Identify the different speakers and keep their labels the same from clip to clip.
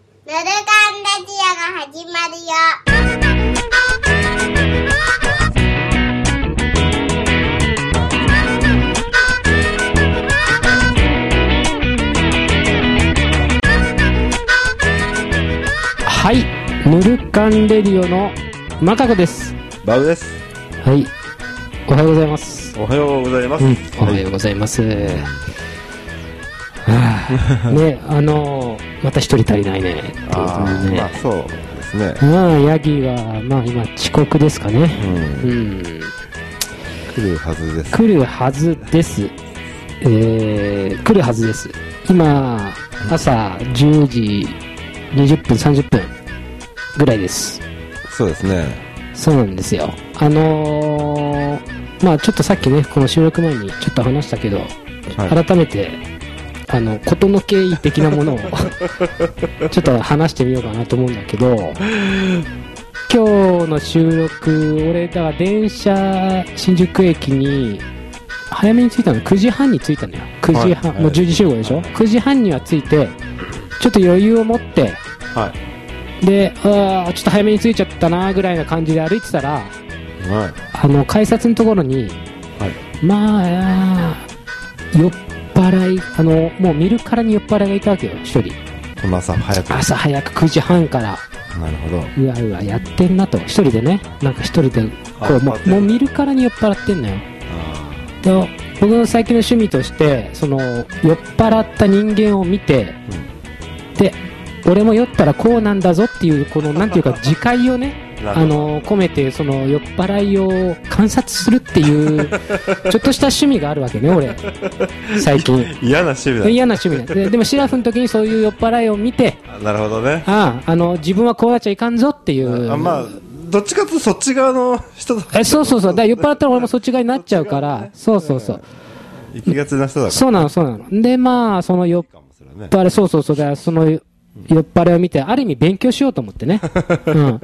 Speaker 1: ぬるかんラジオが始まるよ。
Speaker 2: はい、ぬるかんレディオのマカコです。
Speaker 3: バブです。
Speaker 2: はい、おはようございます。
Speaker 3: おはようございます。
Speaker 2: うん、おは
Speaker 3: はい
Speaker 2: ようございます。は あね、あのーまた一人足りないね。
Speaker 3: あ
Speaker 2: ということ
Speaker 3: ー
Speaker 2: で
Speaker 3: まあ
Speaker 2: ね
Speaker 3: そうですね。
Speaker 2: まあ、ヤギは、まあ今遅刻ですか
Speaker 3: う
Speaker 2: ね。
Speaker 3: ん
Speaker 2: う、ん、
Speaker 3: 来るはずです。
Speaker 2: 来るはずです。えー、来るはずです。今、朝10時20分、30分ぐらいです。
Speaker 3: そうですね。
Speaker 2: そうなんですよ。あのーまあちょっとさっきね、この収録前にちょっと話したけど、
Speaker 3: はい。
Speaker 2: 改めて、あの、事の経緯的なも のを、ちょっと話してみようかなと思うんだけど、今日の収録、俺、だから電車、新宿駅に、早めに着いたの、9時半に着いたのよ。9時半、
Speaker 3: はい
Speaker 2: もう10時集合でしょ、
Speaker 3: はい
Speaker 2: ?9 時半には着いて、ちょっと余裕を持って、
Speaker 3: は
Speaker 2: で、あーちょっと早めに着いちゃったなぐらいな感じで歩いてたら、
Speaker 3: い。はい。
Speaker 2: あの改札のところに、
Speaker 3: はい
Speaker 2: まああー酔っ払いあのもう見るからに酔っ払いがいたわけよ一人
Speaker 3: この朝早く。
Speaker 2: 朝早く9時半から
Speaker 3: なるほど。
Speaker 2: うわうわやってんなと一人でねなんか一人でこ
Speaker 3: あ
Speaker 2: うも
Speaker 3: 待っ
Speaker 2: う
Speaker 3: て
Speaker 2: もう見るからに酔っ払ってんのよ
Speaker 3: あ
Speaker 2: で僕の最近の趣味としてその酔っ払った人間を見て、で俺も酔ったらこうなんだぞっていうこのなんていう か自戒をね
Speaker 3: ーな
Speaker 2: あ
Speaker 3: るほど。
Speaker 2: の込めてその酔っ払いを観察するって いうちょっとした趣味があるわけね俺最近
Speaker 3: 嫌な趣味
Speaker 2: 嫌な趣味なんででもシラフの時にそういう酔っ払いを見て
Speaker 3: だ。あなるほどね。
Speaker 2: あああの自分はこうなっちゃいかんぞっていう
Speaker 3: あまあ、どっちかというとそっち側の人だ。
Speaker 2: えそうそうそうだから酔っ払ったら俺もそっち側になっちゃうからそうそうそう
Speaker 3: 行きがちな人だから。
Speaker 2: そうなのそうなのでまあその酔っ
Speaker 3: かもしれないね。
Speaker 2: 払いそうそうそうだからその酔っ払いを見てある意味勉強しようと思って ね、うん、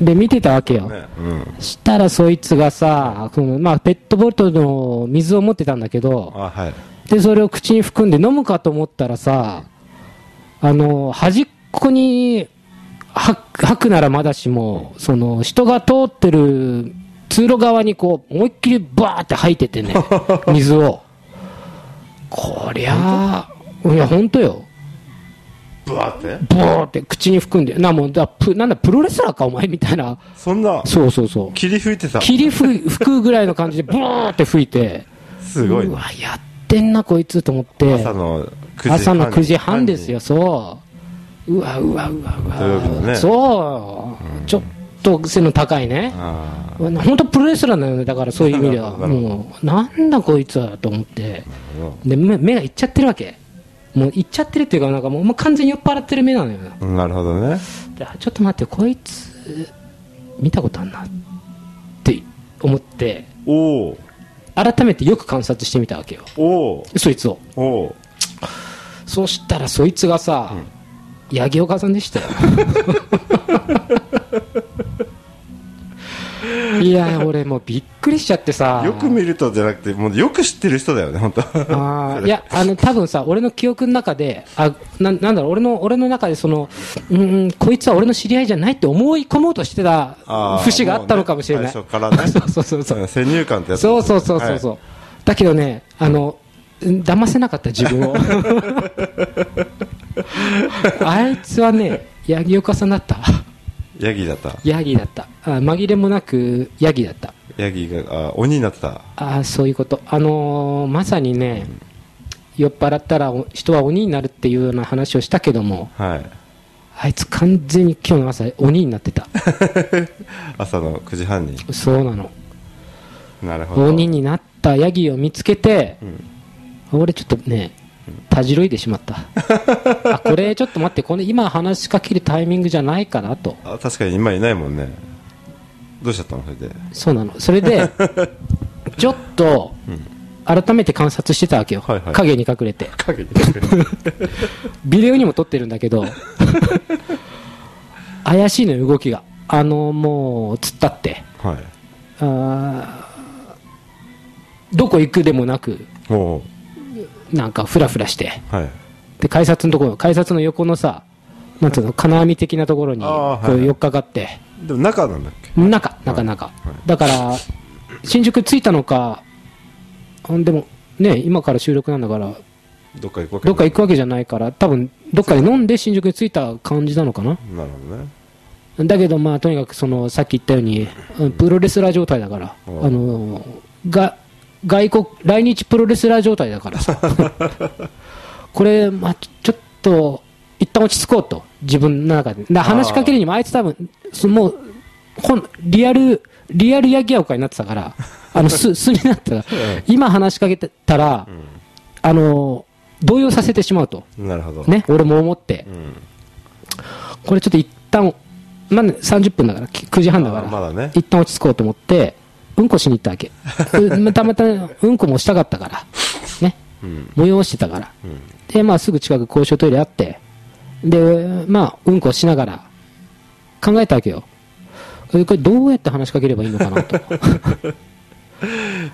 Speaker 2: で見てたわけよ、
Speaker 3: ねうん。
Speaker 2: したらそいつがさ、そのまあ、ペットボトルの水を持ってたんだけど、
Speaker 3: あはい。
Speaker 2: で、それを口に含んで飲むかと思ったらさ、あの、端っこに吐く吐くならまだしも、その、人が通ってる通路側にこう、思いっきりバーって吐いててね、水を。こりゃあ、いや、本当よ。
Speaker 3: ぶわって
Speaker 2: ブーって口に含んで、な、もうだ、プなんだ、プロレスラーか、お前みたいな。
Speaker 3: そんな、
Speaker 2: そうそうそう。
Speaker 3: 霧吹いてた。
Speaker 2: 霧吹吹くぐらいの感じで、ブーって吹いて、
Speaker 3: すごいうね。
Speaker 2: わ、やってんな、こいつと思って、
Speaker 3: 朝の9時半。
Speaker 2: 朝の9時半ですよ、。そう。うわ、うわ、うわ、うわ。
Speaker 3: 土曜日のね
Speaker 2: そう。ちょっと背の高いね。
Speaker 3: あ
Speaker 2: 本当プロレスラーなのね、だからそういう意味では。
Speaker 3: なるほど
Speaker 2: もう、なんだこいつはと思って。
Speaker 3: あ。なるほ
Speaker 2: で、目目がいっちゃってるわけ。もういっちゃってるっていうか、なんかもうもう完全に酔っ払ってる目なのよな。
Speaker 3: どなるほどね。
Speaker 2: であちょっと待って、こいつ、見たことあんなって思って。
Speaker 3: おー
Speaker 2: 改めてよく観察してみたわけよ
Speaker 3: おー
Speaker 2: そいつを
Speaker 3: おー
Speaker 2: そうしたらそいつがさ、八木岡さんでしたよ いや俺もうびっくりしちゃってさ
Speaker 3: よく見るとじゃなくて、もうよく知ってる人だよね、本当。
Speaker 2: あ
Speaker 3: そ
Speaker 2: ー
Speaker 3: れ
Speaker 2: いやあの多分さ俺の記憶の中であななんだろう俺の俺の中でそのうんうんこいつは俺の知り合いじゃないって思い込もうとしてた
Speaker 3: あー
Speaker 2: 節があったのかもしれない、
Speaker 3: もうね最初からね
Speaker 2: そうそうそう
Speaker 3: うん先入観ってやつ。
Speaker 2: そうそうそうそうそう、
Speaker 3: はい
Speaker 2: だけどねあのうん騙せなかった自分 をあいつはね八木岡さんだった
Speaker 3: ヤギだった。
Speaker 2: ヤギだったあ紛れもなくヤギだった
Speaker 3: ヤギが、あ、鬼になってた。
Speaker 2: ああそういうことあのーまさにね酔っ払ったらお人は鬼になるっていうような話をしたけども
Speaker 3: はい。
Speaker 2: あいつ完全に今日の朝鬼になってた
Speaker 3: 朝の9時半に。
Speaker 2: そうなの
Speaker 3: なるほど。
Speaker 2: 鬼になったヤギを見つけて、
Speaker 3: うん。
Speaker 2: 俺ちょっとねたじろいでしまったあこれちょっと待ってこの今話しかけるタイミングじゃないかなと
Speaker 3: あ、確かに今いないもんね。どうしちゃったのそれで。
Speaker 2: そうなのそれ でちょっと改めて観察してたわけよ、
Speaker 3: はいはい
Speaker 2: 影に隠れて
Speaker 3: 影に。
Speaker 2: ビデオにも撮ってるんだけど怪しいのよ動きがあのもう突っ立って
Speaker 3: はい。
Speaker 2: あーどこ行くでもなく
Speaker 3: おー
Speaker 2: なんかフラフラして
Speaker 3: はい。
Speaker 2: で改札のところ改札の横のさなんつうの、金網的なところに、
Speaker 3: あーはい
Speaker 2: こ、
Speaker 3: はいう
Speaker 2: 寄っかかって、
Speaker 3: でも中なんだっけ
Speaker 2: 中、中、中。だから、新宿着いたのか、あでも、ね、今から収録なんだから、
Speaker 3: どっか行くわけ
Speaker 2: どっか行
Speaker 3: く
Speaker 2: くわけじゃないから、多分、どっかで飲んで新宿に着いた感じなのかな。
Speaker 3: なるほどね
Speaker 2: だけど、まあ、とにかくそのさっき言ったように、うんプロレスラー状態だから、
Speaker 3: うん
Speaker 2: あのが外国、来日プロレスラー状態だからさ、これ、まあ、ちょちょっと、一旦落ち着こうと、自分の中で、な話しかけるにも、あいつ、多分そもうほんリアル、リアルヤギヤオカになってたから、あのす素になってたから、今話しかけてたら、あの動揺させてしまうと、
Speaker 3: なるほど
Speaker 2: ね、俺も思って
Speaker 3: う。ん
Speaker 2: これちょっと一旦、まあね、30分だから、き9時半だから、
Speaker 3: あーまだね
Speaker 2: 一旦落ち着こうと思って、うんこしに行ったわ け。うまたまた、うんこもしたかったから、ね、
Speaker 3: うん
Speaker 2: 催してたから。
Speaker 3: うん
Speaker 2: で、まあ、すぐ近く公衆トイレあって、で、まあ、うんこしながら、考えたわけよ。えこれどうやって話しかければいいのかな と。
Speaker 3: ま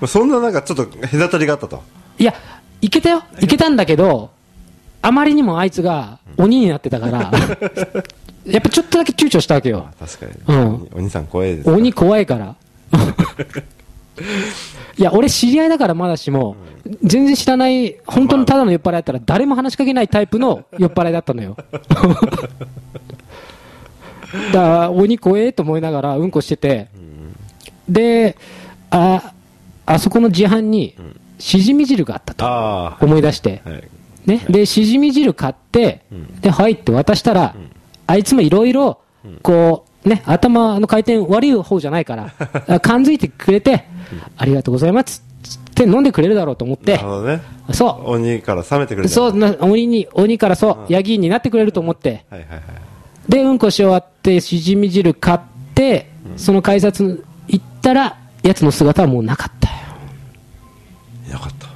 Speaker 3: あそんななんかちょっと隔たりがあったと
Speaker 2: いや、いけたよ。いけたんだけど、あまりにもあいつが鬼になってた から、やっぱちょっとだけ躊躇したわけよ。
Speaker 3: 確かに、
Speaker 2: うん
Speaker 3: お兄さん怖いです
Speaker 2: 鬼怖いから。いや、俺知り合いだからまだしも、全然知らない、本当にただの酔っ払いだったら誰も話しかけないタイプの酔っ払いだったのよ。 だから、鬼怖えと思いながらうんこしてて、で、あ、あそこの自販に、しじみ汁があったと
Speaker 3: あ
Speaker 2: 思い出して
Speaker 3: あ、はい
Speaker 2: ね、で、しじみ汁買って、で、はいって渡したら、あいつもいろいろ、こう、ね、頭の回転悪い方じゃない から、あ感づいてくれて、ありがとうございますって飲んでくれるだろうと思っ
Speaker 3: な
Speaker 2: て
Speaker 3: る、ほどね
Speaker 2: そ
Speaker 3: 鬼から冷めてくれ
Speaker 2: う、
Speaker 3: た
Speaker 2: そう、な鬼に、鬼からそう、
Speaker 3: うん
Speaker 2: ヤギになってくれると思って、
Speaker 3: はいはいはい
Speaker 2: で、うんこし終わって、しじみ汁買って、その改札行ったら、やつの姿はもうなかったよ。
Speaker 3: よかった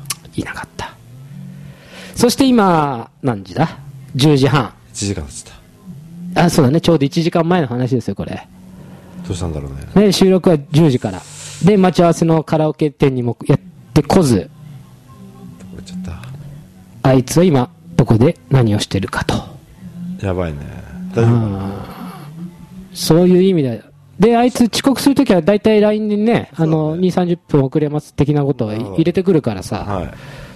Speaker 2: いなかった。そして今、何時だ ?10 時半。
Speaker 3: 1時間経ちた
Speaker 2: あ、そうだね。ちょうど1時間前の話ですよ、これ。
Speaker 3: どうしたんだろうね
Speaker 2: ね、収録は10時から。で、待ち合わせのカラオケ店にもやってこず、
Speaker 3: どこ行っちゃった
Speaker 2: あいつは今、どこで何をしてるかと。
Speaker 3: やばいね大丈夫かな
Speaker 2: そういう意味だよ。で、あいつ遅刻するときは大体 LINE でね、あの、2、30分遅れます的なことを
Speaker 3: なるほど
Speaker 2: 入れてくるからさ、
Speaker 3: はい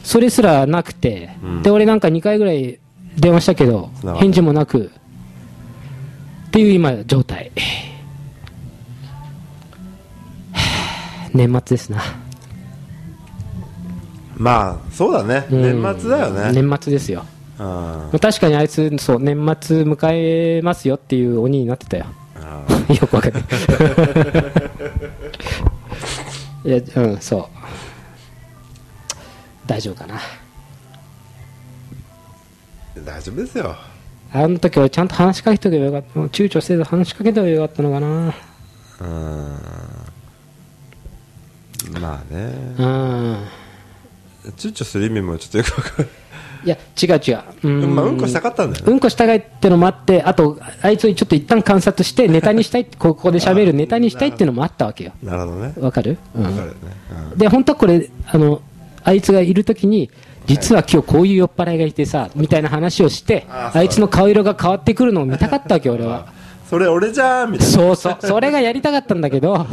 Speaker 2: それすらなくて、
Speaker 3: うん
Speaker 2: で、俺なんか2回ぐらい電話したけど
Speaker 3: 繋がっ、た
Speaker 2: 返事もなく、っていう今、状態。 はぁ年末ですな。
Speaker 3: まあそうだね
Speaker 2: うん
Speaker 3: 年末だよね
Speaker 2: 年末ですよ。
Speaker 3: うんあ
Speaker 2: まあ確かにあいつ、そう、年末迎えますよっていう鬼になってたよ。
Speaker 3: あ
Speaker 2: よくわかん ない。いや、うん、そう。大丈夫かな。
Speaker 3: 大丈夫ですよ
Speaker 2: あの時俺ちゃんと話しかけとけばよかった。もう躊躇せず話しかけとけばよかったのかな。
Speaker 3: うんまあね
Speaker 2: うん。
Speaker 3: 躊躇する意味もちょっとよくわかる
Speaker 2: いや、違う違う。うん。
Speaker 3: まあうんこしたかったんだよ
Speaker 2: う
Speaker 3: ね
Speaker 2: んこしたがいってのもあって、あと、あいつをちょっと一旦観察して、ネタにしたい、ここで喋るネタにしたいっていうのもあったわけよ。
Speaker 3: なるほどね
Speaker 2: わかるうん
Speaker 3: わかるよねうん
Speaker 2: で、本当はこれ、あの、あいつがいるときに、実は今日こういう酔っ払いがいてさ、みたいな話をして、
Speaker 3: あ
Speaker 2: あ
Speaker 3: ー
Speaker 2: いつの顔色が変わってくるのを見たかったわけ、俺は。
Speaker 3: それ俺じゃんみたいな
Speaker 2: そうそう、それがやりたかったんだけど、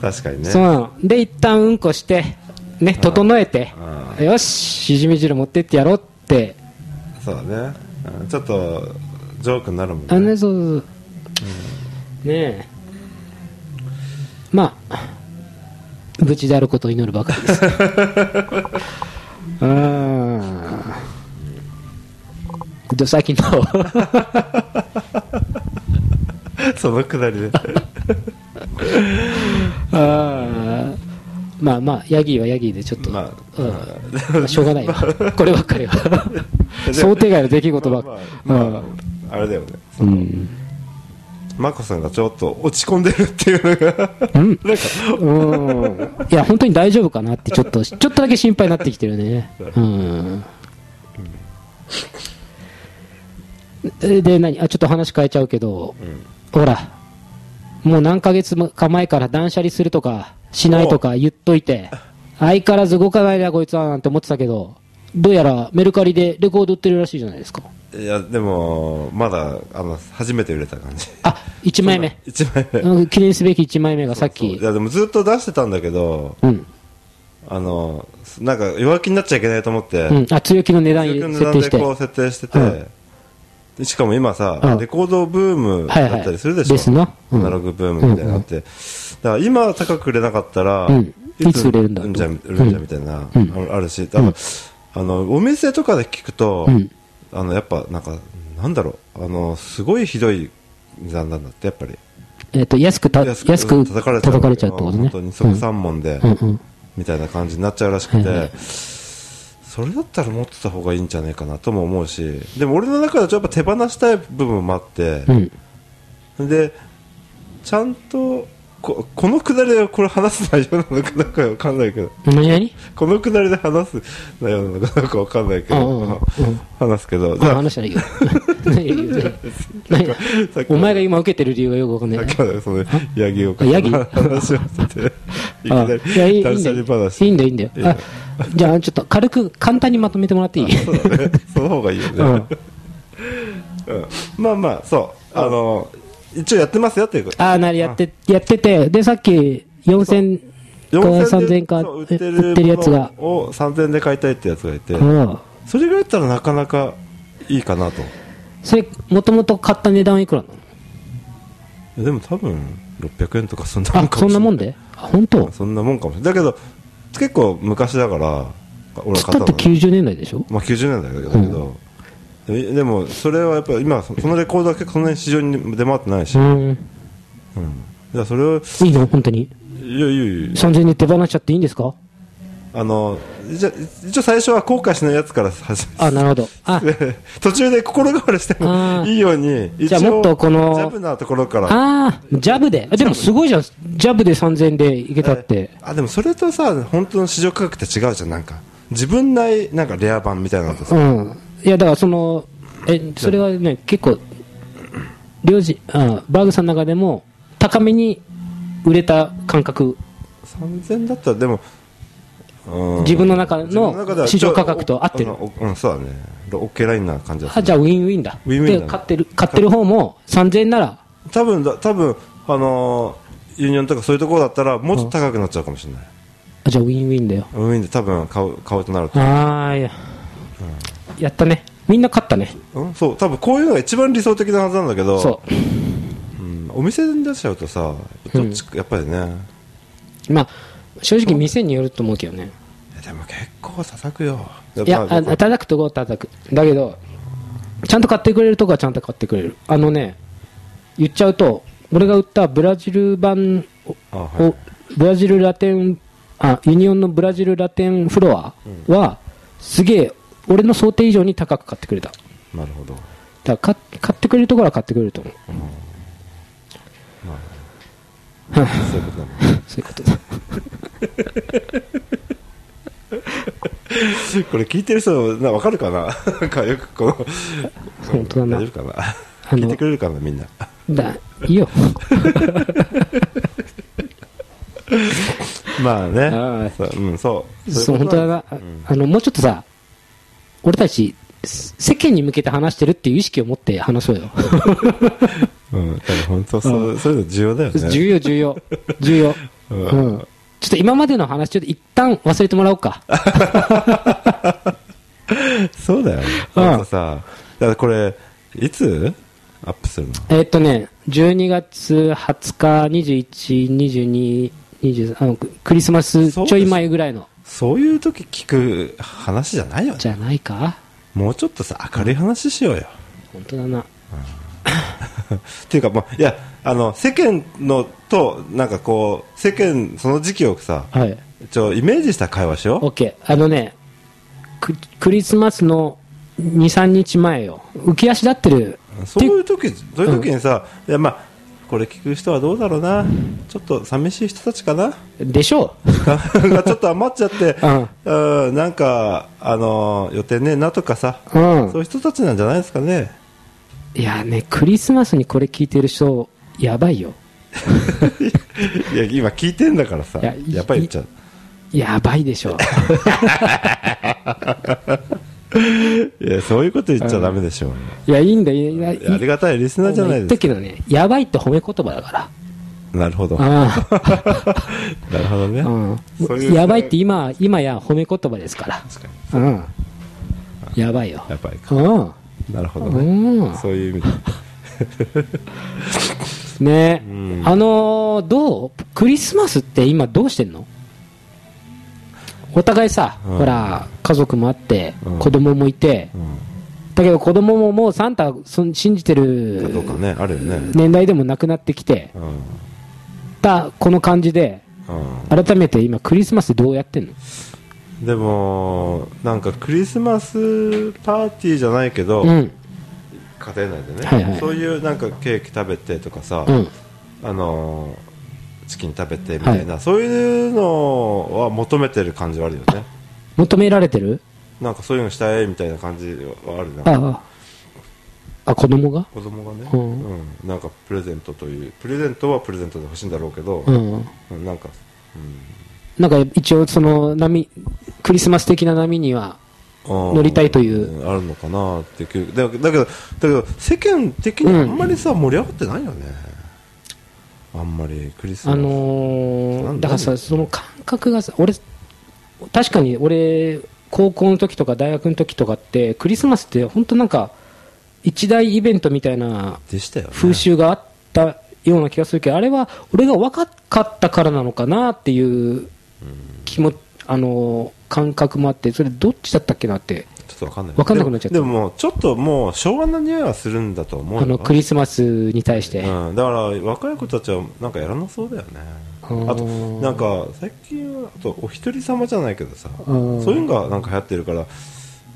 Speaker 3: 確かにね
Speaker 2: そうなの。で、一旦うんこして、ね、整えて
Speaker 3: あ、
Speaker 2: よし、しじみ汁持ってってやろうって、
Speaker 3: そうだねうんちょっとジョークになるもん
Speaker 2: あ
Speaker 3: ね
Speaker 2: ね、そうそう、ねえ。まあ、無事であることを祈るばかり です。うん。で、最近どう
Speaker 3: そのく だりで
Speaker 2: うんまあまあ、ヤギはヤギでちょっと、
Speaker 3: まあ
Speaker 2: うんまあしょうがないよ。こればっかり は。想定外の出来事ばっか
Speaker 3: まあ
Speaker 2: り。う
Speaker 3: まあ
Speaker 2: ん
Speaker 3: まああれだよね
Speaker 2: うん
Speaker 3: マコさんがちょっと落ち込んでるっていうのが
Speaker 2: うん、うんいや、本当に大丈夫かなって、ちょっと、ちょっとだけ心配になってきてるね。うん。で、で何あ、ちょっと話変えちゃうけど、ほら、もう何ヶ月か前から断捨離するとか、しないとか言っといて、相変わらず動かないな、こいつは、なんて思ってたけど、どうやらメルカリでレコード売ってるらしいじゃないですか。
Speaker 3: いや、でも、まだ、あの、初めて売れた感じ。
Speaker 2: あ、1枚目。
Speaker 3: 一枚目。
Speaker 2: うん記念すべき1枚目がさっ
Speaker 3: そう
Speaker 2: き
Speaker 3: い。や、でもずっと出してたんだけど、
Speaker 2: うん。
Speaker 3: あの、なんか弱気になっちゃいけないと思って、
Speaker 2: うん。あ、強気の値段
Speaker 3: 自分の
Speaker 2: 設定
Speaker 3: 値
Speaker 2: し
Speaker 3: 段
Speaker 2: て。
Speaker 3: でこう設定してて、
Speaker 2: うん
Speaker 3: でしかも今さ、
Speaker 2: うん
Speaker 3: レコードブーム
Speaker 2: はいはい
Speaker 3: だったりするでしょ、
Speaker 2: ですなうん
Speaker 3: アナログブームみたいなのあって、だから今高く売れなかったら、
Speaker 2: うんいつ売れるんだろう
Speaker 3: じゃ売れるんじゃみたいな、あるあるし、だからあのお店とかで聞くと、
Speaker 2: うん
Speaker 3: あのやっぱなんかなんだろうあのすごいひどい値段なんだってやっぱり
Speaker 2: えっと、安くた、
Speaker 3: 安く
Speaker 2: 安く
Speaker 3: 叩かれちゃう
Speaker 2: 叩かれちゃうってことね。
Speaker 3: 本当に即三問で、
Speaker 2: うんうんうん。
Speaker 3: みたいな感じになっちゃうらしくて、
Speaker 2: はいはい
Speaker 3: それだったら持ってた方がいいんじゃないかなとも思うしでも俺の中ではちょっとやっぱ手放したい部分もあって
Speaker 2: う、ん。
Speaker 3: でちゃんとここのくだりでこれ話す内容なのかなんかわかんないけど
Speaker 2: 何々
Speaker 3: このくだりで話す内容なのかなんかわかんないけど、
Speaker 2: うんうんうん
Speaker 3: 話すけど、
Speaker 2: あ
Speaker 3: じゃあ
Speaker 2: 話したらいいよ。 何々言うね何々
Speaker 3: さっき
Speaker 2: お前が今受けてる理由がよくわかんな
Speaker 3: さ っ
Speaker 2: い。
Speaker 3: きまでそのヤギを
Speaker 2: あヤギ
Speaker 3: 話をしてていき
Speaker 2: あ
Speaker 3: なり
Speaker 2: いやいいいい
Speaker 3: 断
Speaker 2: んだ
Speaker 3: 捨
Speaker 2: よ
Speaker 3: 離話
Speaker 2: いいんだよいいんだよ
Speaker 3: いいよ
Speaker 2: あじゃあちょっと軽く簡単にまとめてもらっていい
Speaker 3: そうだねその方がいいよね、
Speaker 2: うん
Speaker 3: うんまあまあそうあの一応やってますよっていうこと
Speaker 2: ああ、なりやって、やってて、で、さっき、4000か
Speaker 3: で
Speaker 2: 3000か
Speaker 3: そう
Speaker 2: 売ってるやつが
Speaker 3: も、のを3000で買いたいってやつがいて
Speaker 2: うん
Speaker 3: それぐらいだったらなかなかいいかなと
Speaker 2: それ、もともと買った値段いくらなの
Speaker 3: でも多分600円とかそんなもん
Speaker 2: あ、
Speaker 3: か
Speaker 2: そ
Speaker 3: も
Speaker 2: ん
Speaker 3: し
Speaker 2: な
Speaker 3: れない
Speaker 2: もんであ、本当
Speaker 3: そんなもんかもしれないだけど結構昔だから俺は
Speaker 2: つったっ
Speaker 3: 買ったた
Speaker 2: っ
Speaker 3: の
Speaker 2: て90年代でしょ
Speaker 3: まあ90年代だけど、ででもそれはやっぱ今そのレコードは結構そんなに市場に出回ってないし、
Speaker 2: う
Speaker 3: だか
Speaker 2: ん。
Speaker 3: らそれを
Speaker 2: いいの本当に。
Speaker 3: いやいやいや
Speaker 2: 3000円で手放しちゃっていいんですか
Speaker 3: あのじゃ一応最初は後悔しないやつから始め
Speaker 2: あ、なるほど。あ、
Speaker 3: で 途中で心変わりして
Speaker 2: あ
Speaker 3: も
Speaker 2: ー
Speaker 3: いいように一応
Speaker 2: じゃあもっとこの
Speaker 3: ジャブなところから
Speaker 2: あージャブで。あでもすごいじゃん。ジャブで3000円でいけたって。
Speaker 3: あでもそれとさ本当の市場価格って違うじゃんなんか自分内なんかレア版みたいなのとさ
Speaker 2: うん。いや、だからその、え、それはね、結構、両人、うんバーグさんの中でも、高めに売れた感覚
Speaker 3: 3000だったらでも、うん
Speaker 2: 自分の中
Speaker 3: 自分中で
Speaker 2: の
Speaker 3: は
Speaker 2: 市場価格と合って
Speaker 3: あ
Speaker 2: る
Speaker 3: の。おうんそうだねオッケーラインな感じだった
Speaker 2: あ、じゃあウィンウィンだ。
Speaker 3: ウィンウィンだね
Speaker 2: で、買ってる、買ってる方も3000円なら、
Speaker 3: 多分だ多分あのーユニオンとかそういうところだったらもうちょっと高くなっちゃうかもしれない
Speaker 2: あじゃあウィンウィンだよ。
Speaker 3: ウィンで多分買う買うとなると
Speaker 2: あーいや。やったね。みんな勝ったね。
Speaker 3: うんそう多分こういうのが一番理想的なはずなんだけど
Speaker 2: そ
Speaker 3: うんお店に出しちゃうとさどっちかやっぱりね、
Speaker 2: う。まあ、正直店によると思うけどね。
Speaker 3: いやでも結構叩くよ
Speaker 2: いや、あ叩くとこは叩く。だけど、ちゃんと買ってくれるとこはちゃんと買ってくれる。あのね、言っちゃうと、俺が売ったブラジル版を、
Speaker 3: あはい
Speaker 2: をブラジルラテン、あ、ユニオンのブラジルラテンフロアは、すげえ、俺の想定以上に高く買ってくれた。
Speaker 3: なるほど
Speaker 2: だから買買ってくれるところは買ってくれると思う。
Speaker 3: そういうことなの
Speaker 2: そういうことだ。
Speaker 3: これ聞いてる人なわかるかななんかよくこの
Speaker 2: 本当だな
Speaker 3: 大丈夫かな
Speaker 2: あの
Speaker 3: 聞いてくれるかなみんな
Speaker 2: だ、いいよ。
Speaker 3: まあ
Speaker 2: は
Speaker 3: ね
Speaker 2: い
Speaker 3: そううんそう
Speaker 2: そう、
Speaker 3: いこ
Speaker 2: 本
Speaker 3: と
Speaker 2: 当だ
Speaker 3: なん
Speaker 2: な。ああの、もうちょっとさ、俺たち、せ世間に向けて話してるっていう意識を持って話そうよ。
Speaker 3: うん多分本当そうそういうの重要だよ ね
Speaker 2: 重要、重要。重要。
Speaker 3: うん
Speaker 2: うん。ちょっと今までの話、ちょっと一旦忘れてもらおう か。
Speaker 3: そうだよなんかさだからこれいつアップするの
Speaker 2: えーっとね、12月20日、21、22、23あの、ククリスマスちょい前ぐらいの、
Speaker 3: そういう時聞く話じゃないよ
Speaker 2: じ
Speaker 3: ね
Speaker 2: ゃないか
Speaker 3: もうちょっとさ明るい話しようよ
Speaker 2: 本当だな。
Speaker 3: っていうか、まあ、いやあの世間のとなんかこう世間その時期をさ
Speaker 2: はい。
Speaker 3: ちょイメージした会話しよう
Speaker 2: OK。あのね、ククリスマスの2、3日前よ。浮き足立ってる。
Speaker 3: そう
Speaker 2: っ
Speaker 3: いう時そういう時にさ、いやまあこれ聞く人はどうだろうなちょっと寂しい人たちかな
Speaker 2: てでしょう
Speaker 3: がちょっと余っちゃって、
Speaker 2: う
Speaker 3: うんなんかあの予定ねえなとかさ、
Speaker 2: うん
Speaker 3: そういう人たちなんじゃないですかね
Speaker 2: いやね、クリスマスにこれ聞いてる人、やばいよ。
Speaker 3: いや今聞いてんだからさ
Speaker 2: いや
Speaker 3: やっぱり言っちゃう
Speaker 2: やばいで しょ。
Speaker 3: いや、そういうこと言っちゃダメでしょ。
Speaker 2: いや、いいんだよ。いやい
Speaker 3: いやありがたいリスナーじゃない
Speaker 2: 言っ
Speaker 3: で
Speaker 2: と
Speaker 3: す
Speaker 2: き
Speaker 3: か。
Speaker 2: のね、やばいって褒め言葉だから。
Speaker 3: なるほ ど。な
Speaker 2: ああ
Speaker 3: るほどね。そう
Speaker 2: う、
Speaker 3: いうん
Speaker 2: やばいって今、今や褒め言葉ですから。
Speaker 3: 確か
Speaker 2: うん。やばいよ
Speaker 3: に。。やばいか。
Speaker 2: うん。
Speaker 3: なるほど
Speaker 2: う
Speaker 3: ね。
Speaker 2: ん。
Speaker 3: そういう意味で。
Speaker 2: ね、
Speaker 3: うん
Speaker 2: あのーどうクリスマスって今どうしてんのお互いさ、
Speaker 3: うん
Speaker 2: ほら、家族もあって、
Speaker 3: うん
Speaker 2: 子供もいて、
Speaker 3: うん。
Speaker 2: だけど子供ももうサンタそん信じて
Speaker 3: かどう
Speaker 2: る
Speaker 3: かね、あるよね。
Speaker 2: 年代でもなくなってきて
Speaker 3: うん。うん。
Speaker 2: た、この感じで、改めて今クリスマスどうやってんの
Speaker 3: でも、なんかクリスマスパーティーじゃないけど、
Speaker 2: うん。
Speaker 3: 家庭内でね、
Speaker 2: はいはい
Speaker 3: そういうなんかケーキ食べてとかさ、
Speaker 2: うん。
Speaker 3: あのーチキン食べてみたいな、そういうのは求めてる感じはあるよね
Speaker 2: 求められてる
Speaker 3: なんかそういうのしたいみたいな感じはあるな
Speaker 2: ああ。あ、子供が
Speaker 3: 子供がね、
Speaker 2: う
Speaker 3: うんんなんかプレゼントというプレゼントはプレゼントで欲しいんだろうけど、
Speaker 2: うん。
Speaker 3: うんなんか、うん
Speaker 2: なんか一応その波、クリスマス的な波には、乗
Speaker 3: 乗
Speaker 2: りたいという
Speaker 3: あるのかなっていうだけどだけどだけど世間的にあんまりさ、盛り上がってないよねあんまりクリスマ
Speaker 2: あ
Speaker 3: ス、
Speaker 2: の
Speaker 3: なん
Speaker 2: ーだから
Speaker 3: な
Speaker 2: さ、
Speaker 3: んで
Speaker 2: その感覚がさ、俺、確かに俺、高校の時とか大学の時とかって、クリスマスって本当なんか、一大イベントみたいな
Speaker 3: でしたよね
Speaker 2: 風習があったような気がするけど、あれは俺が若かったからなのかなっていう気も、あのー感覚もあって、それどっちだったっけなって、
Speaker 3: ちょっとわかんない
Speaker 2: わかんなくなっちゃった
Speaker 3: でもでももうちょっともう昭和な匂いはするんだと思うよ
Speaker 2: あのクリスマスに対して。
Speaker 3: うん、だから若い子たちはなんかやらなそうだよねあ
Speaker 2: うん
Speaker 3: となんか最近はあとお一人様じゃないけどさ
Speaker 2: うん
Speaker 3: そういうのがなんか流行ってるから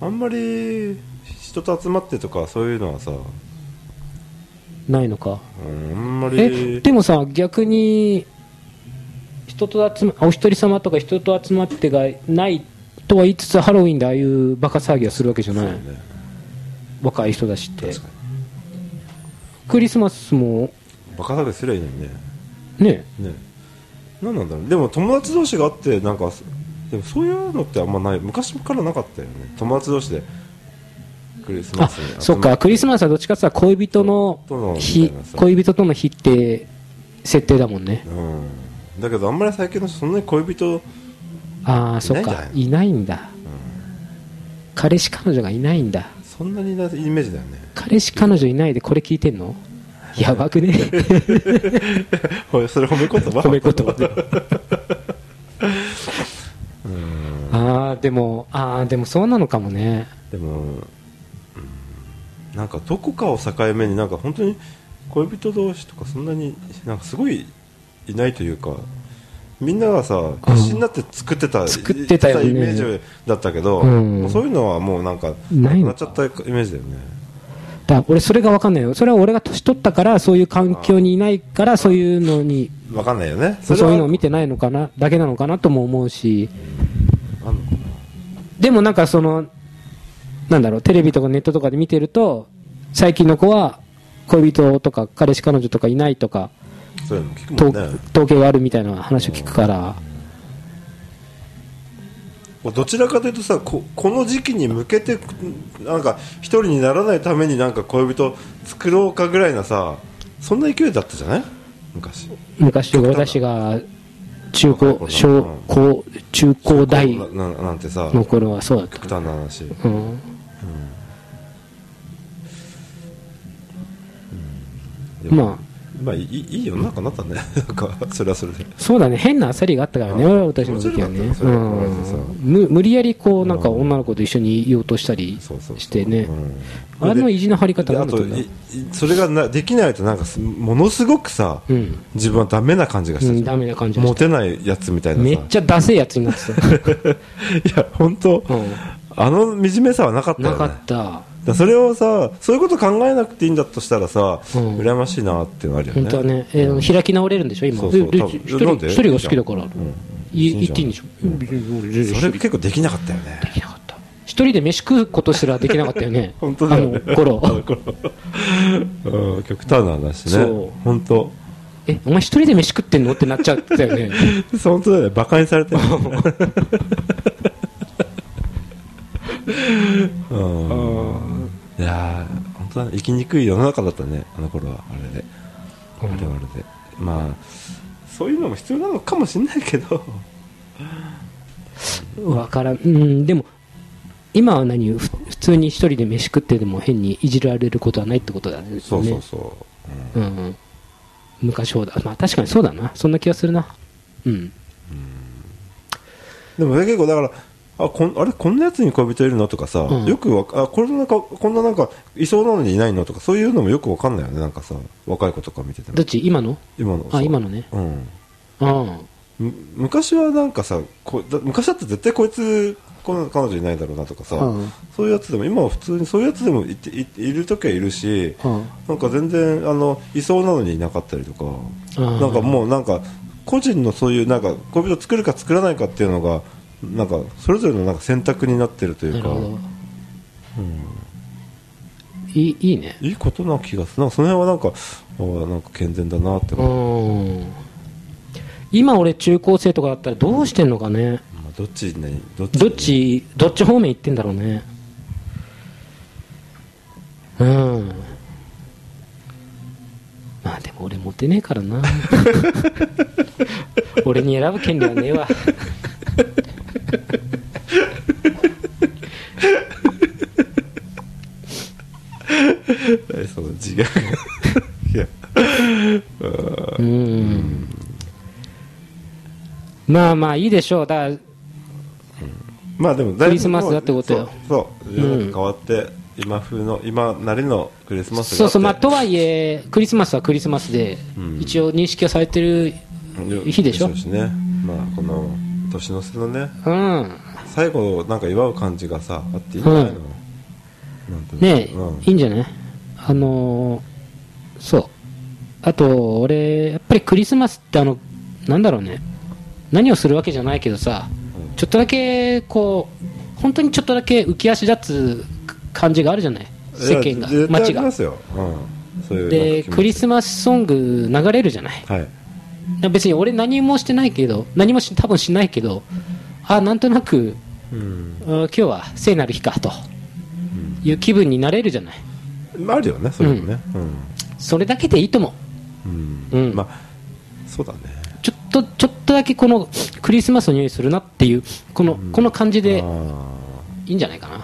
Speaker 3: あんまり人と集まってとかそういうのはさ、う
Speaker 2: ないのか。
Speaker 3: ん、あんま
Speaker 2: え
Speaker 3: り
Speaker 2: でもさ逆に人と集まお一人様とか人と集まってがないとは言いつつハロウィンでああいうバカ騒ぎはするわけじゃない、
Speaker 3: そうね
Speaker 2: 若い人だしって
Speaker 3: 確か
Speaker 2: クリスマスも
Speaker 3: にバカだけすりゃいいのにね
Speaker 2: ね
Speaker 3: ね何なんだろうでも友達同士があってなんかでもそういうのってあんまない昔からなかったよね友達同士でクリスマ
Speaker 2: あ
Speaker 3: スに集ま
Speaker 2: そっかクリスマスはどっちかって言ったら恋人
Speaker 3: との
Speaker 2: の
Speaker 3: み
Speaker 2: 日
Speaker 3: たいなさ
Speaker 2: 恋人との日って設定だもんね
Speaker 3: うんだけどあんまり最近の人そんなに恋人
Speaker 2: ああそっ
Speaker 3: いないんじゃ
Speaker 2: か
Speaker 3: ないの
Speaker 2: いないんだ、彼氏彼女がいないんだ
Speaker 3: そんなにいないイメージだよ ね
Speaker 2: 彼氏彼女いないでこれ聞いてんの やばくね
Speaker 3: おいそれ褒め言葉
Speaker 2: 褒め言葉 でああでもああでもそうなのかもね
Speaker 3: でも、うん、なんかどこかを境目になんか本当に恋人同士とかそんなになんかすごいいないというかみんながさ必死になって作ってた、
Speaker 2: 作ってたよね
Speaker 3: イメージだったけど、
Speaker 2: うん
Speaker 3: もうそういうのはもうなんか
Speaker 2: ないの
Speaker 3: なっちゃったイメージだよね
Speaker 2: だ俺それが分かんないよそれは俺が年取ったからそういう環境にいないからそういうのに
Speaker 3: わかんないよね
Speaker 2: そ
Speaker 3: れ
Speaker 2: う
Speaker 3: は
Speaker 2: いうのを見てないのかなだけなのかなとも思うし
Speaker 3: あんのかな
Speaker 2: でもなんかそのなんだろうテレビとかネットとかで見てると最近の子は恋人とか彼氏彼女とかいないとか
Speaker 3: そういうの聞くも
Speaker 2: 統
Speaker 3: んね
Speaker 2: 統計があるみたいな話を聞くから
Speaker 3: どちらかというとさここの時期に向けてなんか一人にならないためになんか恋人作ろうかぐらいなさそんな勢いだったじゃない昔
Speaker 2: 昔
Speaker 3: 極端
Speaker 2: 俺
Speaker 3: だ
Speaker 2: たちが中
Speaker 3: 若
Speaker 2: 高
Speaker 3: い頃
Speaker 2: 小
Speaker 3: うん
Speaker 2: 高中高大
Speaker 3: なななんてさ
Speaker 2: の頃はそうだった
Speaker 3: 極端な話
Speaker 2: うんまあ
Speaker 3: まあいいいい世の中になったね なんかそれはそれで
Speaker 2: そうだね変な焦りがあったからね
Speaker 3: あ
Speaker 2: 俺たちの時はね
Speaker 3: 面白
Speaker 2: う
Speaker 3: かったよそれ
Speaker 2: んむ無理やりこうなんか女の子と一緒にいようとしたり
Speaker 3: そうそうそう
Speaker 2: してね
Speaker 3: うん
Speaker 2: あれの意地の張り方
Speaker 3: で
Speaker 2: な
Speaker 3: あ
Speaker 2: んだっ
Speaker 3: と
Speaker 2: たんだ
Speaker 3: いいそれがなできないとなんかすものすごくさ、
Speaker 2: うん
Speaker 3: 自分はダメな感じがし
Speaker 2: う
Speaker 3: た
Speaker 2: ん
Speaker 3: じゃ
Speaker 2: ダ
Speaker 3: ん
Speaker 2: メな感じが
Speaker 3: モ
Speaker 2: し
Speaker 3: テないやつみたい
Speaker 2: た
Speaker 3: なさ
Speaker 2: めっちゃダセえやつにな ってた
Speaker 3: いや本当、
Speaker 2: うん
Speaker 3: あの惨めさはなかったよ
Speaker 2: な
Speaker 3: ね
Speaker 2: かった
Speaker 3: だからそれをさそういうこと考えなくていいんだとしたらさ、
Speaker 2: うん
Speaker 3: 羨ましいなっていうのあるよね
Speaker 2: 本当はねえー開き直れるんでしょ今
Speaker 3: そうそう
Speaker 2: でで
Speaker 3: 多分
Speaker 2: 一
Speaker 3: な
Speaker 2: 人
Speaker 3: んで
Speaker 2: 一人が好きだからい言っ
Speaker 3: 別にいいじゃん
Speaker 2: ていいんでしょうん別に俺
Speaker 3: それ結構できなかったよね
Speaker 2: できなかった一人で飯食うことすらできなかったよね
Speaker 3: 本当だよね
Speaker 2: あの頃
Speaker 3: うん極端な話ね
Speaker 2: そう
Speaker 3: 本当
Speaker 2: え、お前一人で飯食ってんのってなっちゃったよね。
Speaker 3: 本当だよねバカにされ てるうんいやー本当だね生きにくい世の中だったねあの頃はあれであれはあれでまあそういうのも必要なのかもしれないけど
Speaker 2: わからん。うん、でも、今は何ふ普通に一人で飯食ってでも変にいじられることはないってことだね。
Speaker 3: そうそう
Speaker 2: ね
Speaker 3: そう、
Speaker 2: うんうん、昔ほど、あまあ確かにそうだな。そんな気がするな。うん。
Speaker 3: でもね結構だからあこんあれこんなやつに恋人いるのとかさ、
Speaker 2: うん
Speaker 3: よくわかあこれなんかこんななんかいそうなのにいないのとかそういうのもよくわかんないよねなんかさ若い子とか見てても
Speaker 2: どっち今の
Speaker 3: 今のさ
Speaker 2: あ、今のね。
Speaker 3: うん
Speaker 2: うん。
Speaker 3: む昔はなんかさこだ昔だって絶対こいつこの彼女いないだろうなとかさ、
Speaker 2: うん
Speaker 3: そういうやつでも今は普通にそういうやつでもいていいる時はいるし、
Speaker 2: うん
Speaker 3: なんか全然あのいそうなのにいなかったりとか、
Speaker 2: うん
Speaker 3: なんかもうなんか個人のそういうなんか恋人作るか作らないかっていうのがなんかそれぞれのなんか選択になってるとい
Speaker 2: な
Speaker 3: う
Speaker 2: る
Speaker 3: か
Speaker 2: ほど。いいいいね。
Speaker 3: いいことな気がするなんかその辺はなんかあーなんか健全だなって
Speaker 2: う
Speaker 3: 思う、
Speaker 2: ん。今俺中高生とかだったらどうしてんのかね。
Speaker 3: まあどっちにどっちに
Speaker 2: どっち、どっち方面行ってんだろうね。うん。まあでも俺モテねえから な。俺に選ぶ権利はねえわ。
Speaker 3: えその自虐いや
Speaker 2: うん。まあまあいいでしょう。だから
Speaker 3: まあでもだいぶ
Speaker 2: クリスマスだってことよ
Speaker 3: そうそう世の中変わって、今風の今なりのクリスマスが
Speaker 2: そうそう、まあ、
Speaker 3: って
Speaker 2: とはいえ、クリスマスはクリスマスで、
Speaker 3: うん
Speaker 2: 一応認識はされてる、日でしょ
Speaker 3: そうすねまあこの年の瀬のね
Speaker 2: うん、
Speaker 3: 最後なんか祝う感じがさあっていいんじゃないの、
Speaker 2: うん
Speaker 3: なんていうの
Speaker 2: ねえ、
Speaker 3: うん
Speaker 2: いいんじゃないあのーそう、あと、俺、やっぱりクリスマスって、あの、なんだろうね、何をするわけじゃないけどさ、
Speaker 3: うん
Speaker 2: ちょっとだけ、こう、本当にちょっとだけ浮き足立つ感じがあるじゃない、世間が
Speaker 3: いや、絶対
Speaker 2: 街
Speaker 3: ありま
Speaker 2: が。
Speaker 3: すよ、うん、そういう
Speaker 2: で、クリ
Speaker 3: ス
Speaker 2: スマスソング流れるじゃない。
Speaker 3: はい
Speaker 2: 別に俺何もしてないけど、何もし多分しないけど、あ、なんとなく、
Speaker 3: うん、
Speaker 2: うん今日は聖なる日かという気分になれるじゃない
Speaker 3: まあ、あるよねそういうのねうん、
Speaker 2: それだけでいいと思
Speaker 3: うん
Speaker 2: うん
Speaker 3: まあそうだね
Speaker 2: うちょっとちょっとだけこのクリスマスの匂いするなっていうこのこの感じで
Speaker 3: あ
Speaker 2: いいんじゃないかな
Speaker 3: ー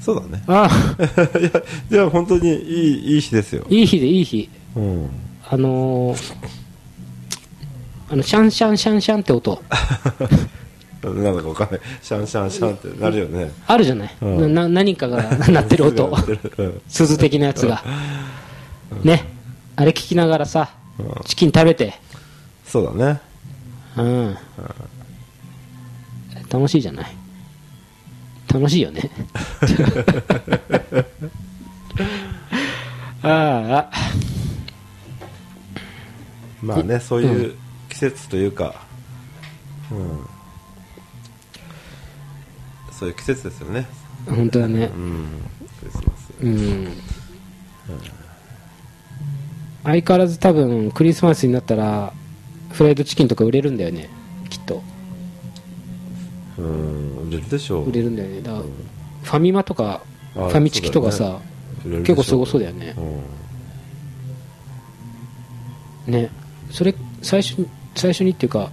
Speaker 3: そうだね
Speaker 2: ああ
Speaker 3: いやいや本当にいいいい日ですよ、
Speaker 2: いい日でいい日
Speaker 3: うん、
Speaker 2: あのーあのシャンシャンシャンシャンって音
Speaker 3: なんだかわかんない。シャンシャンシャンってなる よね。
Speaker 2: あるじゃない、
Speaker 3: うん
Speaker 2: な何かが鳴ってる音
Speaker 3: 鳴ってるうん
Speaker 2: 鈴的なやつがねあれ聞きながらさ
Speaker 3: うん
Speaker 2: チキン食べて
Speaker 3: そうだね。
Speaker 2: うん、楽しいじゃない楽しいよね ああ
Speaker 3: まあね、そういう季節というか、うん。そういう季節ですよね。
Speaker 2: 本当だね
Speaker 3: うん。クリスマス。
Speaker 2: うん相変わらず多分クリスマスになったらフライドチキンとか売れるんだよねきっと
Speaker 3: うん、売れるでしょう。
Speaker 2: 売れるんだよねだからファミマとかフ
Speaker 3: あ
Speaker 2: ァミチキとか
Speaker 3: そう
Speaker 2: さ、
Speaker 3: 売れるでし
Speaker 2: 結
Speaker 3: ょ
Speaker 2: 構すごそうだよね
Speaker 3: う。うん。
Speaker 2: ねそれ最初に最初にっていうか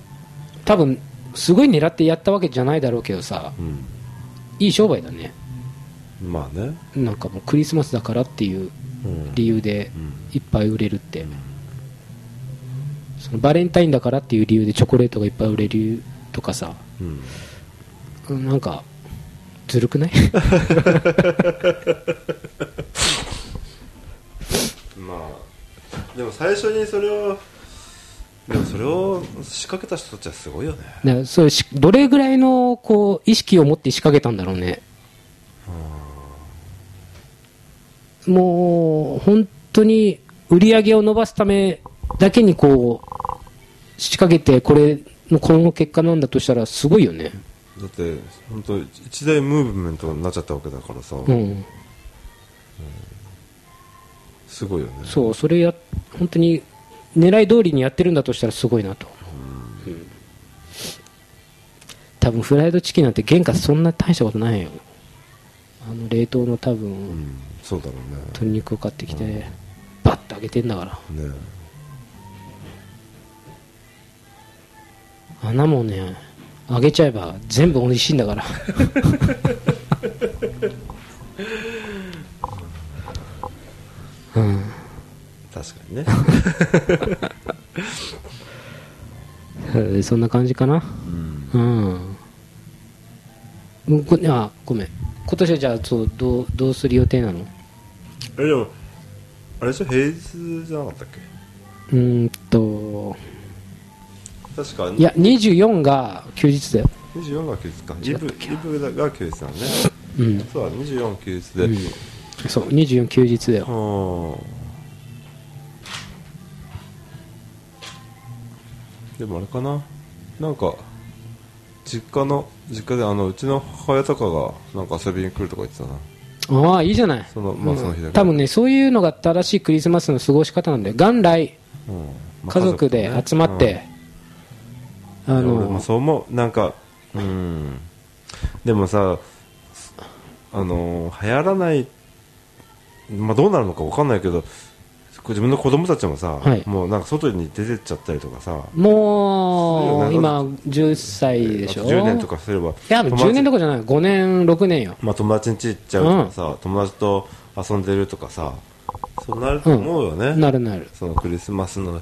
Speaker 2: 多分すごい狙ってやったわけじゃないだろうけどさいい商売だね
Speaker 3: うん。まあね。
Speaker 2: なんかもうクリスマスだからっていう
Speaker 3: うん。
Speaker 2: 理由で
Speaker 3: うん
Speaker 2: いっぱい売れるってそのバレンタインだからっていう理由でチョコレートがいっぱい売れるとかさ
Speaker 3: うん。
Speaker 2: うんなんかずるくない
Speaker 3: まあ、でも最初にそれを、でもそれを仕掛けた人たちはすごいよね。
Speaker 2: ねそれしどれぐらいのこう意識を持って仕掛けたんだろうねもう本当に売り上げを伸ばすためだけにこう仕掛けてこれのこの結果なんだとしたらすごいよね
Speaker 3: だって本当一大ムーブメントになっちゃったわけだからさ、
Speaker 2: うん
Speaker 3: すごいよね
Speaker 2: そうそれや本当に狙い通りにやってるんだとしたらすごいなと、うん多分フライドチキンなんて原価そんな大したことないよあの冷凍の多
Speaker 3: う
Speaker 2: 分
Speaker 3: んそうだろう
Speaker 2: 鶏肉を買ってきてバッと揚げてんだから
Speaker 3: ねね
Speaker 2: あんなもんね揚げちゃえば全部美味しいんだからうん
Speaker 3: 確かに ね
Speaker 2: えー そんな感じかな
Speaker 3: うん
Speaker 2: うん、うん、こあごめん今年はじゃあそうどうどうする予定なの
Speaker 3: えでもあれでしょ平日じゃなかったっけ
Speaker 2: うーんと
Speaker 3: 確か
Speaker 2: いや24が休日だよ
Speaker 3: 24が休日か
Speaker 2: 違
Speaker 3: イ
Speaker 2: った
Speaker 3: ブ
Speaker 2: っけ
Speaker 3: イブが休日なのね
Speaker 2: うん
Speaker 3: そうだ24休日で、
Speaker 2: うんそう24休日だよ
Speaker 3: はあでもあれかななんか実家の実家であのうちの母親とかがなんか遊びに来るとか言ってたな
Speaker 2: ああいいじゃない
Speaker 3: そのまあその日だけ
Speaker 2: 多分ねそういうのが正しいクリスマスの過ごし方なんだよ元来
Speaker 3: うんまあ
Speaker 2: 家族で集まっ、て、あ
Speaker 3: 家族とねうんいや俺も
Speaker 2: の
Speaker 3: そう思うなんかうんでもさあの流行らないまあどうなるのかわかんないけど自分の子供たちもさ、
Speaker 2: はい
Speaker 3: もうなんか外に出てっちゃったりとかさ
Speaker 2: もう今10歳でしょ
Speaker 3: あと10年とかすれば
Speaker 2: いやでも
Speaker 3: 友達
Speaker 2: 10年とかじゃない5年6年よ
Speaker 3: まあ、友達ん家行っちゃうとかさ、友達と遊んでるとかさそうなると思うよね、
Speaker 2: なるなる
Speaker 3: そのクリスマスの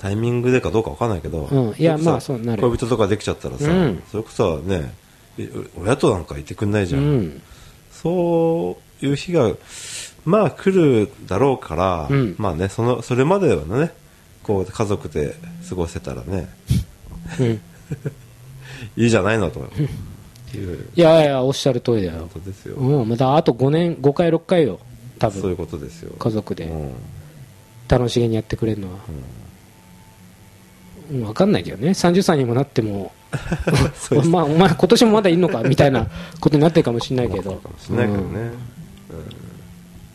Speaker 3: タイミングでかどうかわかんないけど、
Speaker 2: うんいや
Speaker 3: れこそさ
Speaker 2: まあそうなる
Speaker 3: 恋人とかできちゃったらさ、
Speaker 2: うん
Speaker 3: それこそねえ親となんかいてくんないじ
Speaker 2: う
Speaker 3: ゃん、
Speaker 2: ん
Speaker 3: そういう日がまあ来るだろうから、
Speaker 2: うん
Speaker 3: まあねそのそれまではねこう家族で過ごせたらね
Speaker 2: うん
Speaker 3: いいじゃないのという
Speaker 2: いやいやおっしゃる通りだよ
Speaker 3: ことですよ、
Speaker 2: うんまたあと5年5回6回よ多
Speaker 3: そういう
Speaker 2: 分
Speaker 3: ことですよ
Speaker 2: 家族で
Speaker 3: うん
Speaker 2: 楽しげにやってくれるのは、うん、分かんないけどね30歳にもなっても
Speaker 3: そうです
Speaker 2: まあお前今年もまだいんのかみたいなことになってるかもしれないけど
Speaker 3: かもしれないけど
Speaker 2: う
Speaker 3: ね、
Speaker 2: ん
Speaker 3: うん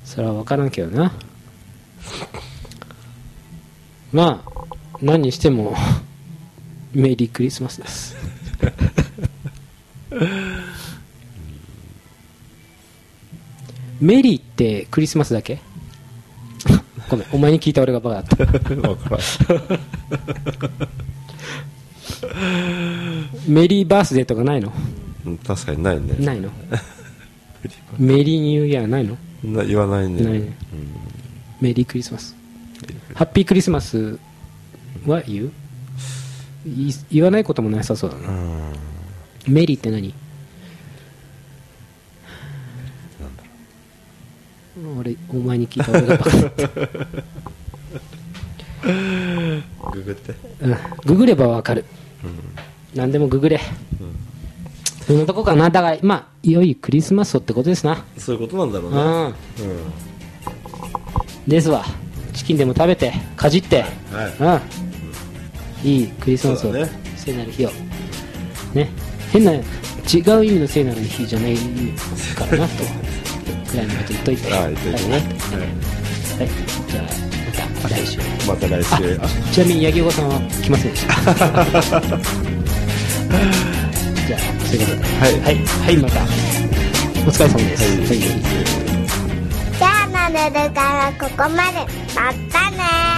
Speaker 2: それは分からんけどなまあ何にしてもメリークリスマスですメリーってクリスマスだけごめんお前に聞いた俺がバカだった
Speaker 3: わからん
Speaker 2: メリーバースデーとかないの
Speaker 3: うん確かにないね
Speaker 2: ないのメリーニューイヤーないの
Speaker 3: な言わないね
Speaker 2: ないねメリークリスマスハッピークリスマスは言うい言わないこともなさそうだ
Speaker 3: う
Speaker 2: なん
Speaker 3: うん
Speaker 2: メリーって何俺お前に聞いた俺がバカだった
Speaker 3: ググって
Speaker 2: うんググればわかる、何でもググれ、そんなとこかなだからまあいよいよクリスマスをってことですな
Speaker 3: そういうことなんだろうね
Speaker 2: うんですわチキンでも食べてかじって、うん、いいクリスマス
Speaker 3: そ
Speaker 2: を、
Speaker 3: うだね
Speaker 2: 聖なる日をね変な違う意味の聖なる日じゃないからなとくらいのこと言っといて
Speaker 3: ああ言っといて
Speaker 2: は
Speaker 3: ね
Speaker 2: いはいじゃあまた来週
Speaker 3: うんまた来週あ
Speaker 2: ちなみに八木岡さんは来ませんでした じゃあそういうことではいはい、はい、またお疲れ様です、はい
Speaker 1: じゃあ、なれるからここまで。またね